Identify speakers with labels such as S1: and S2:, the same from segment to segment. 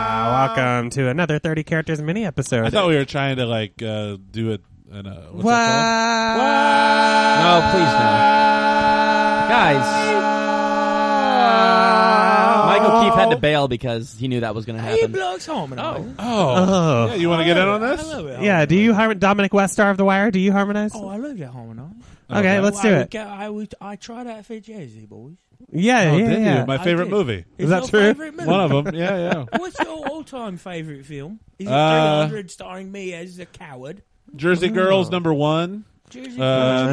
S1: welcome to another 30 characters mini
S2: I
S1: episode.
S2: thought we were trying to like uh, do it. In a, what's that
S1: Wow.
S3: No, please no. Guys. Michael Keefe had to bail because he knew that was going to
S4: He
S3: happen.
S4: belongs home and all.
S2: called? Oh, yeah. You want to get in on
S4: I
S2: this?
S4: love it.
S1: Yeah, do you harmonize? Dominic West, star of The Wire, do you harmonize?
S4: Oh, I love that home and all.
S1: okay, let's do
S4: I,
S1: it.
S4: would go- I, would, I tried out for Jersey, boys.
S1: Yeah,
S2: Oh,
S1: yeah,
S2: did you?
S1: yeah.
S2: My
S4: I
S2: favorite
S4: did.
S2: movie.
S1: Is that
S4: your
S1: true?
S4: favourite movie?
S2: One of them. Yeah, yeah.
S4: What's your all-time favorite film? Is it
S2: Uh,
S4: 300 starring me as the coward?
S2: Jersey Girls number one.
S4: Jersey
S2: Uh,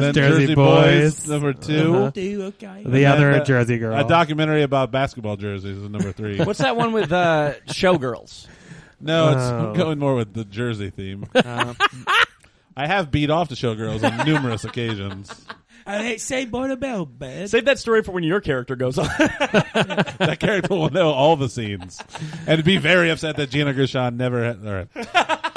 S1: That's
S2: then
S1: Jersey
S2: Jersey,
S1: Boys.
S2: Boys. number 2
S1: Uh-huh.
S4: Boys? Do okay.
S1: the
S2: and
S1: other
S2: then, uh,
S1: Jersey girl.
S2: A documentary about basketball jerseys is number three.
S3: What's that one with uh, Showgirls?
S2: no, it's
S1: Oh.
S2: I'm going more with the Jersey theme.
S3: Uh,
S2: I have beat off to showgirls on numerous occasions.
S4: And it's Saved by the Bell, bed.
S3: save that story for when your character goes on.
S2: That character will know all the scenes and be very upset that Gina Gershon never. Had, all right.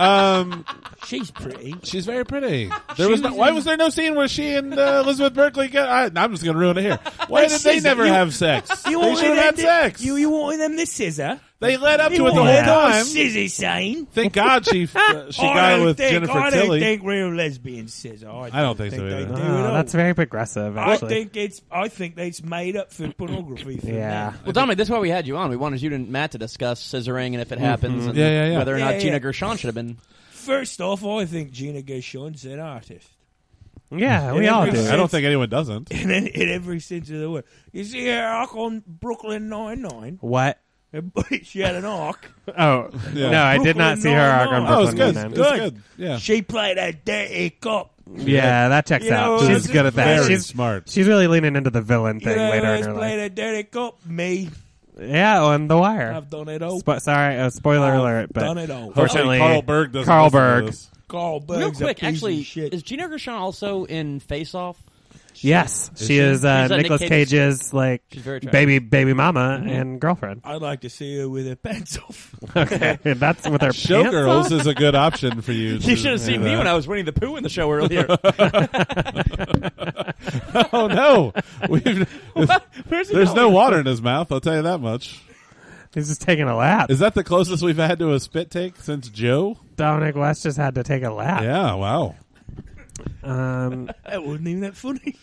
S4: She's pretty.
S2: She's very pretty. There was no, why was there no scene where she and uh, Elizabeth Berkley get? I, I'm just going to ruin it here. Why did they
S4: scissor.
S2: never
S4: You-
S2: have sex?
S4: You
S2: they
S4: wanted
S2: should have had
S4: them to-
S2: sex.
S4: You, you wanted them to scissor?
S2: they led up
S4: You
S2: to it the whole
S4: wanted
S1: Yeah.
S4: them to
S2: time.
S4: Scissor scene?
S2: Thank God she uh, she
S4: I
S2: got
S4: don't
S2: it with
S4: think,
S2: Jennifer
S4: I
S2: Tilly.
S4: don't think real lesbians scissor. I,
S2: I don't think so
S4: they
S2: either.
S4: do
S2: Oh,
S4: at
S1: Oh,
S4: all.
S1: that's very progressive,
S4: I
S1: actually.
S4: think it's. I think that's made up for pornography. For
S1: yeah.
S3: well, Dominic, that's why we had you on. We wanted you and Matt to discuss scissoring and if it happens, and
S2: Yeah, yeah, yeah.
S3: whether or
S4: Yeah,
S3: not
S4: yeah.
S3: Gina Gershon should have been.
S4: First off, I think Gina Gershon's an artist.
S1: Yeah, we
S4: Yeah,
S1: all
S4: that makes
S1: do.
S2: I don't think anyone doesn't.
S4: In, in every sense of the word. You see her arc on Brooklyn Nine Nine.
S1: What?
S4: She had an arc.
S1: Oh,
S2: Yeah.
S1: no, I did not see her arc on
S4: Brooklyn Nine-Nine.
S2: Oh, it's
S1: Brooklyn
S2: good.
S1: Nine-Nine.
S2: It's good. Yeah.
S4: She played a dirty cop.
S1: Yeah, that checks
S4: You know,
S1: out.
S4: it
S1: She's
S4: was
S1: good at that.
S2: very
S1: She's
S2: smart.
S1: She's really leaning into the villain
S4: You
S1: thing
S4: know,
S1: later in
S4: who's
S1: her
S4: played
S1: life.
S4: a dirty cop. Me.
S1: Yeah, on The Wire.
S4: I've done it all.
S1: Spo- sorry, uh, spoiler
S4: I've
S1: alert. But
S4: done it all.
S1: Fortunately,
S2: Carl Berg doesn't
S1: Carl
S2: listen to
S1: Berg.
S2: this.
S4: Carl Berg's
S3: Real
S4: a
S3: quick,
S4: piece of
S3: actually,
S4: shit.
S3: is Gina Gershon also in Face Off?
S1: Yes, she,
S3: she?
S1: is uh,
S3: She's, uh, Nick
S1: Nicolas
S3: Cage's-
S1: Cage's like
S3: She's very attractive. Mm-hmm.
S1: baby baby mama and girlfriend.
S4: I'd like to see her with her pants off.
S1: Okay, that's with her
S2: Showgirls is a good option for you.
S3: You should have seen me when I was winning the poo in the show earlier.
S2: Oh no, We've,
S3: Where's he
S2: there's no
S3: going?
S2: water in his mouth. I'll tell you that much.
S1: He's just taking a lap.
S2: Is that the closest we've had to a spit take since Joe?
S1: Dominic West just had to take a lap.
S2: Yeah. Wow.
S1: Um,
S4: That wasn't even that funny.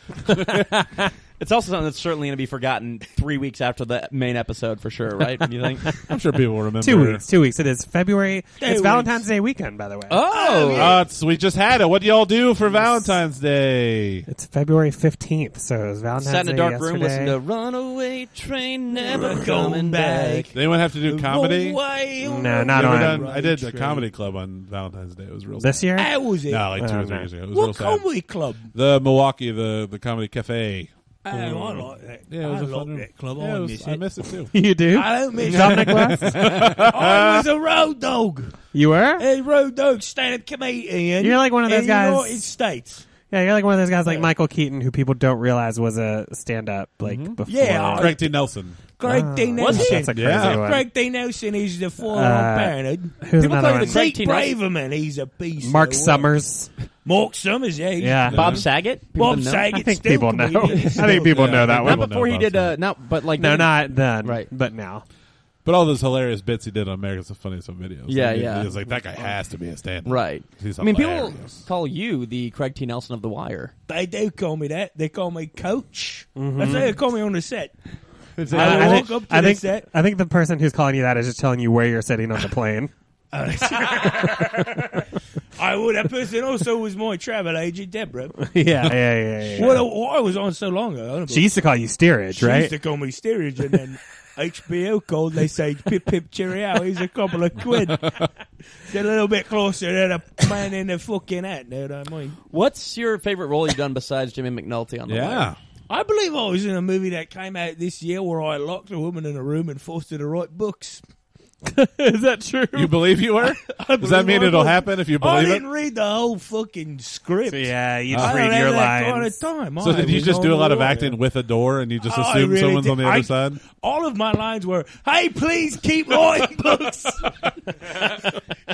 S3: It's also something that's certainly going to be forgotten three weeks after the main episode for sure, right? You think?
S2: I'm sure people remember.
S1: two weeks. Two weeks. It is February.
S4: Two
S1: it's
S4: weeks.
S1: Valentine's Day weekend, by the way.
S3: oh,
S2: Uh, it's- we just had it. What do y'all do for Valentine's Day?
S1: It's February fifteenth, so it was Valentine's
S3: sat in
S1: Day
S3: a dark room,
S1: yesterday.
S3: listened to "Runaway Train Never
S4: Going
S3: Coming
S4: back.
S3: Back."
S2: Did anyone have to do comedy?
S4: No way.
S1: No, not
S2: You ever
S1: on
S2: done- I did a comedy club on Valentine's Day. It was real.
S1: this
S2: sad.
S1: year.
S4: That was it.
S2: No, like two
S1: Oh,
S2: or three
S1: no.
S2: years ago. It was real
S4: what
S2: sad.
S4: comedy club?
S2: The Milwaukee, the the comedy cafe.
S4: Oh, I like that.
S2: Yeah, it
S4: I
S2: was a fun
S4: like
S2: room.
S4: that club.
S2: Yeah,
S4: I
S2: it was-
S4: miss
S2: I
S4: it.
S2: miss it too.
S1: you do.
S4: I don't miss
S1: Dominic West.
S4: it. I was a road dog.
S1: You were.
S4: A road dog stand-up comedian.
S1: You're like one of those
S4: in
S1: guys-
S4: The United States.
S1: Yeah, you're like one of those guys like Michael Keaton who people don't realize was a stand up like
S3: Mm-hmm.
S1: before.
S4: Yeah, I-
S2: Frank T. Nelson.
S4: Greg D.
S1: was
S4: Nelson.
S1: he? Ah. That's a crazy
S2: Yeah.
S1: one.
S4: Greg D. Nelson is the former
S1: Uh,
S4: parenthood.
S1: Who's another
S3: call you
S1: one?
S3: the Greg
S4: Zeke
S3: T. Nelson.
S4: Braverman, he's a piece.
S1: Mark
S4: of the world.
S1: Summers.
S4: Mark Summers, yeah. he's-
S1: Yeah.
S3: Bob Saget. People
S4: Bob
S3: didn't know?
S4: Saget.
S1: I think
S4: still
S1: people know. I
S4: comedian. He's
S1: think people
S2: Yeah,
S1: know that
S2: people
S3: Not
S1: one.
S2: know
S3: before he
S2: Bob
S3: did. Uh,
S2: Saget.
S3: not but like
S1: No,
S3: didn't-
S1: not then.
S3: Right.
S1: But now.
S2: But all those hilarious bits he did on America's Funniest Home Videos.
S3: Yeah,
S2: Like,
S3: yeah.
S2: It's like that guy has to be a stand.
S3: Right.
S2: He's
S3: I mean, people
S2: hilarious.
S3: call you the Craig T. Nelson of The Wire.
S4: They do call me that. They call me coach. That's how they call me on the set.
S1: I,
S4: I
S1: I
S4: walk
S1: think,
S4: up to
S1: I,
S4: the
S1: think
S4: set.
S1: I think the person who's calling you that is just telling you where you're sitting on the plane.
S4: I would. That person also was my travel agent, Deborah.
S1: yeah, yeah, yeah. yeah, yeah.
S4: What, a- what I was on so long ago. I don't
S1: she used to call you steerage,
S4: She
S1: right?
S4: used to call me steerage, and then HBO called. They say, "Pip pip cheerio, he's a couple of quid." it's a little bit closer than a man in a fucking hat. Know what I mean?
S3: What's your favorite role you've done besides Jimmy McNulty on The
S2: Yeah.
S3: Wire?
S4: I believe I was in a movie that came out this year where I locked a woman in a room and forced her to write books.
S1: Is that true?
S2: You believe you were? Does that
S4: believe
S2: mean
S4: I
S2: it'll
S4: was.
S2: happen if you
S4: I
S2: believe it?
S4: didn't read the whole fucking script.
S1: yeah, you
S4: I
S1: just
S4: don't
S1: read
S4: have
S1: your
S4: that
S1: lines.
S4: kind of time.
S2: So
S4: I
S2: did you
S4: was
S2: just do a
S4: on
S2: lot of
S4: the-
S2: acting with a door and you just
S4: I
S2: assume
S4: really
S2: someone's
S4: did.
S2: on the other
S4: I-
S2: side?
S4: All of my lines were, "Hey, please keep writing books."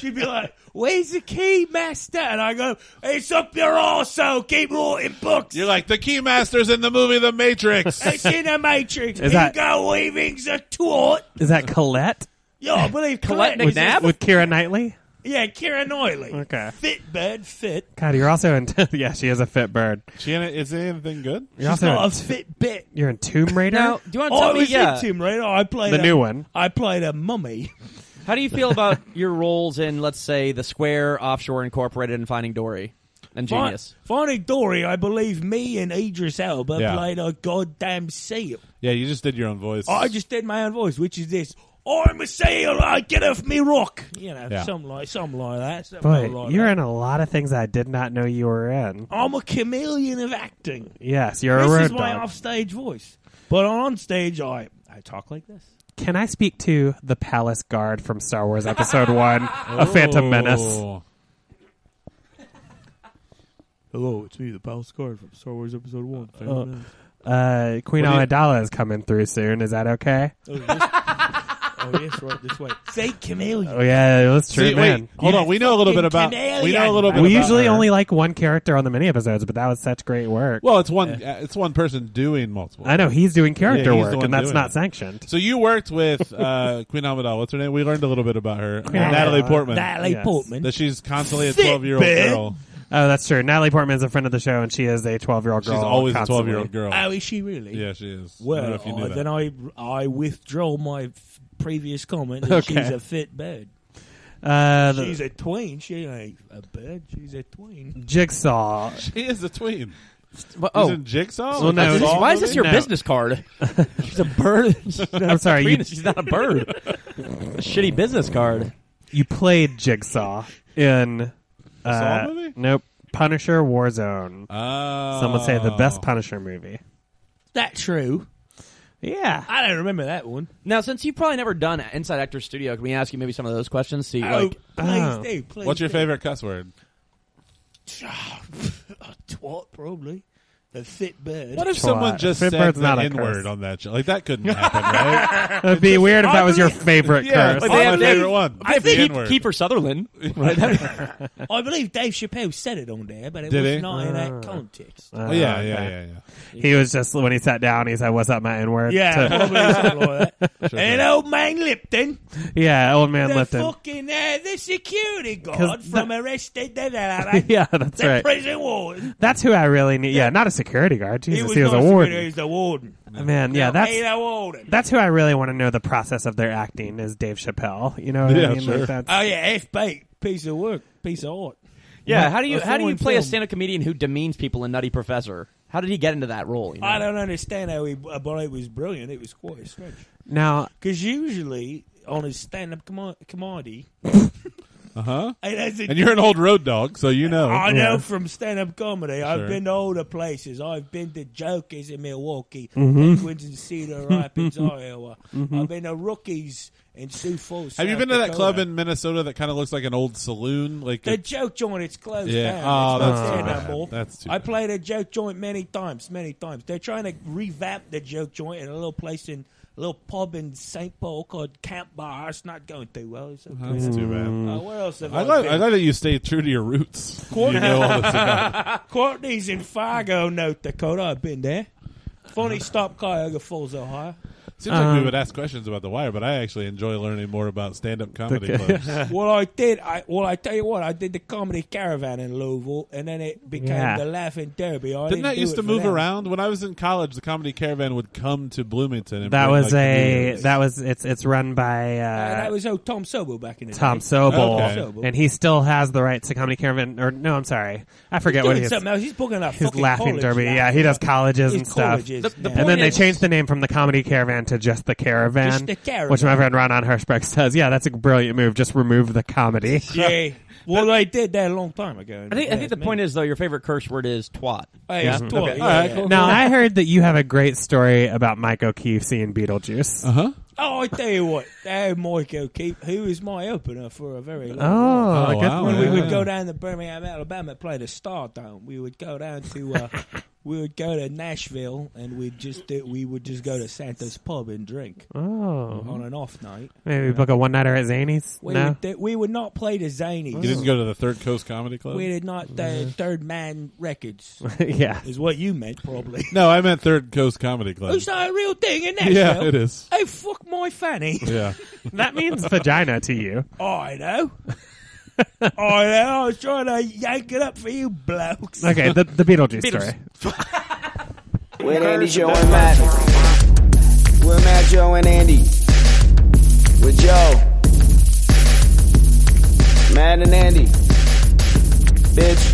S4: She'd be like, "Where's the key, master?" And I go, "It's up your also. Keep writing books.
S2: You're like the keymaster's in the movie The Matrix.
S4: it's in a matrix.
S1: Is that-
S4: Hugo Weaving's a twat."
S1: Is that Colette?
S4: Yo, I believe
S3: Colette
S4: Colette was-
S3: McNabb?
S1: with Kira Knightley.
S4: Yeah, Kira Noiley.
S1: Okay.
S4: Fit bird, fit.
S1: God, you're also in. yeah, she is a fit bird.
S2: Shanna, is anything good?
S1: You're
S4: She's
S1: also
S4: not
S1: in-
S4: a fit bit.
S1: you're in Tomb Raider.
S3: Now, do you want to
S4: Oh,
S3: tell
S4: I
S3: me?
S4: was
S3: Yeah.
S4: in Tomb Raider. I played
S1: The
S4: a-
S1: new one.
S4: I played a mummy.
S3: How do you feel about your roles in, let's say, the Square Offshore Incorporated and Finding Dory and Genius?
S4: Fin- Finding Dory, I believe me and Idris Elba
S2: Yeah.
S4: played a goddamn seal.
S2: Yeah, you just did your own voice.
S4: Oh, I just did my own voice, which is this. I'm a seal. I get off me rock. You know,
S2: Yeah.
S4: something like something like that. Something
S1: Boy,
S4: like
S1: you're
S4: that.
S1: in a lot of things I did not know you were in.
S4: I'm a chameleon of acting.
S1: Yes, you're a
S4: This
S1: road
S4: is my
S1: dog.
S4: offstage voice, but on stage, I I talk like this.
S1: Can I speak to the palace guard from Star Wars Episode One, a Phantom Menace?
S2: Oh.
S4: Hello, it's me, the Palace Guard from Star Wars Episode One.
S1: Uh, Queen
S2: What do
S1: Amidala is coming through soon. Is that okay?
S4: Oh, yes. oh yes, right this way. Say chameleon.
S1: Oh yeah, that's true,
S2: See,
S1: man.
S2: wait, hold on. We know a little bit about.
S4: Fucking
S2: We know a little bit.
S1: we
S2: about
S1: usually
S2: her.
S1: only like one character on the mini episodes, but that was such great work.
S2: Well, it's one. uh, It's one person doing multiple.
S1: I know he's doing character
S2: Yeah, he's
S1: work,
S2: the one
S1: and that's
S2: doing
S1: not
S2: it.
S1: sanctioned.
S2: So you worked with uh, Queen Amidala. What's her name? We learned a little bit about her.
S1: Queen
S2: Natalie
S1: Amidala.
S2: Portman.
S4: Natalie
S1: Yes.
S4: Portman.
S2: that she's constantly a
S4: Thick
S2: 12 year old
S4: bitch.
S2: girl.
S1: Oh, that's true. Natalie Portman is a friend of the show, and she is a 12 year old
S2: She's
S1: girl.
S2: always a 12
S1: constantly.
S2: year old girl.
S4: oh, is she really?
S2: Yeah, she is. I don't know
S4: Well,
S2: if you knew
S4: I-
S2: that.
S4: then I I withdraw my f- previous comment that
S1: Okay.
S4: she's a fit bird.
S1: Uh, the-
S4: She's a tween. She ain't a bird. She's a
S1: Mm.
S4: tween.
S1: Jigsaw.
S2: she is a tween.
S3: But-
S2: Oh.
S3: oh,
S2: She's in Jigsaw?
S1: Well,
S2: Like
S1: no,
S2: a
S1: this-
S2: Saw
S3: why is this
S2: movie?
S3: your
S1: No.
S3: business card? She's a bird.
S1: I'm sorry, you,
S3: She's not a bird. a shitty business card.
S1: you played Jigsaw in. Uh,
S2: movie?
S1: Nope. Punisher Warzone.
S2: Oh.
S1: Some would say the best Punisher movie.
S4: That true.
S1: Yeah.
S4: I don't remember that one.
S3: Now, since you've probably never done Inside Actor Studio, can we ask you maybe some of those questions? See, like,
S4: oh, please
S1: Oh.
S4: do. Please.
S2: What's your
S4: do.
S2: favorite cuss word?
S4: a twat? Probably a fit bird.
S2: What if
S1: Twat.
S2: someone just
S1: Fit
S2: said
S1: bird's
S2: the
S1: not a
S2: N word
S1: curse.
S2: on that show? Like, that couldn't happen, right?
S1: It'd be weird if that was your favorite
S2: yeah,
S1: curse.
S2: it's
S3: But they
S2: not my
S3: have- they-
S2: favorite one.
S3: I
S2: The
S3: think
S2: N-word.
S3: Kiefer Sutherland. Right?
S4: I believe Dave Chappelle said it on there, but it
S2: Did
S4: was
S2: he?
S4: not in
S1: Ah.
S4: that context.
S1: Oh,
S2: Oh, yeah,
S1: okay.
S2: yeah, yeah, yeah.
S1: He was just when he sat down. He said, "What's up, my N word?"
S4: yeah, probably something like that.
S2: Sure,
S4: And
S2: sure.
S4: old man Lipton,
S1: yeah, old man
S4: the
S1: Lipton.
S4: fucking uh, the security guard
S1: 'Cause
S4: from Arrested Development,
S1: yeah, that's
S4: the
S1: right.
S4: prison warden.
S1: That's who I really need. Yeah, not a security guard. Jesus, he was,
S4: not
S1: a
S4: security,
S1: warden.
S4: He was the warden.
S1: Man, yeah, that's
S4: Hey, the warden.
S1: that's who I really want to know the process of their acting is Dave Chappelle. You know what
S2: Yeah,
S1: I mean? Like,
S2: sure.
S1: that's-
S4: Oh yeah, F bait, piece of work, piece of art.
S3: yeah. How do you
S4: A
S3: how do you
S4: foreign
S3: play a
S4: film.
S3: stand-up comedian who demeans people in Nutty Professor? How did he get into that role? you know?
S4: I don't understand how he, but it was brilliant. It was quite strange
S1: now,
S4: because usually on his stand-up com- comedy,
S2: Uh huh.
S4: it has a
S2: And you're an old road dog, so you know.
S4: I know
S1: Yeah.
S4: from stand up comedy.
S2: Sure.
S4: I've been to older places. I've been to Jokers in Milwaukee,
S2: Mm-hmm.
S4: Penguins in Cedar Rapids, Iowa. I've been to Rookies in Sioux Falls.
S2: Have you
S4: South
S2: been to that
S4: Dakota.
S2: club in Minnesota that kind of looks like an old saloon? Like
S4: The
S2: a-
S4: joke joint, it's closed
S2: Yeah.
S4: down.
S2: Oh,
S4: It's not
S2: that's
S1: too
S4: there no
S2: bad.
S4: more.
S2: That's too
S4: I
S2: bad.
S4: played a joke joint many times, many times. They're trying to revamp the joke joint in a little place in a little pub in St. Paul called Camp Bar. It's not going too well. It's okay.
S2: oh, that's too bad.
S4: Uh, where else have I,
S2: Mm-hmm. I like,
S4: been?
S2: I like that you stay true to your roots. You
S4: Quarter-
S2: know all this about.
S4: Courtney's in Fargo, North Dakota. I've been there. Funny stop, Cuyahoga Falls, Ohio.
S2: Seems like we
S1: Um,
S2: would ask questions about The Wire, but I actually enjoy learning more about stand-up comedy
S1: Okay.
S2: clubs.
S4: Well, I did. I well, I tell you what, I did the comedy caravan in Louisville, and then it became
S1: Yeah.
S4: the Laughing Derby. I
S2: Didn't
S4: didn't
S2: that
S4: do
S2: used
S4: it
S2: to
S4: for
S2: move
S4: them.
S2: around? When I was in college, the comedy caravan would come to Bloomington. And
S1: that
S2: bring,
S1: was
S2: like,
S1: a
S2: comedians.
S1: that was it's it's run by uh,
S4: Uh, that was old Tom Sobel back in the
S1: Tom
S4: day.
S1: Sobel,
S4: Okay.
S1: and he still has the rights to Comedy Caravan. Or no, I'm sorry, I forget what
S4: Doing
S1: he is.
S4: something else. He's booking up.
S1: His
S4: fucking
S1: laughing
S4: college
S1: derby.
S4: now.
S1: Yeah, he does colleges
S4: His
S1: and stuff.
S4: colleges
S3: The- the
S1: And
S4: now.
S1: then
S3: Point
S1: they
S3: is-
S1: changed the name from the Comedy Caravan to just the Caravan,
S4: Just the Caravan.
S1: which my friend Ron on Hirschberg says, yeah, that's a brilliant move. Just remove the comedy.
S4: yeah. Well, they did that a long time ago.
S3: I think I think the point is though your favorite curse word is twat.
S4: Hey,
S3: Yeah?
S4: it's twat,
S2: Okay.
S4: yeah,
S2: All right,
S4: yeah.
S2: cool.
S1: Now I heard that you have a great story about Mike O'Keefe seeing Beetlejuice.
S2: Uh-huh.
S4: Oh, I tell you what, that Mike O'Keefe, who is my opener for a very long while.
S1: Oh,
S2: Oh,
S1: good
S2: wow.
S1: one.
S4: When we
S2: Yeah.
S4: would go down to Birmingham, Alabama, play the Star Dome. We would go down to uh, we would go to Nashville and we'd just do, we would just go to Santa's Pub and drink
S1: Oh,
S4: on an off night.
S1: maybe we book a one nighter at Zany's.
S4: We
S1: no,
S4: would do, we would not play the Zanies.
S2: You didn't go to the Third Coast Comedy Club?
S4: we did not the Third Man Records
S1: yeah.
S4: is what you meant probably.
S2: No, I meant Third Coast Comedy Club.
S4: It's not a real thing in Nashville.
S2: Yeah, it is.
S4: Oh fuck my fanny!
S2: Yeah.
S1: That means vagina to you.
S4: I know. I know. I was trying to yank it up for you blokes.
S1: Okay, the, the Beetlejuice story.
S5: With Andy, Joe, and Matt. With Matt, Joe, and Andy. With Joe. Matt and Andy. Bitch.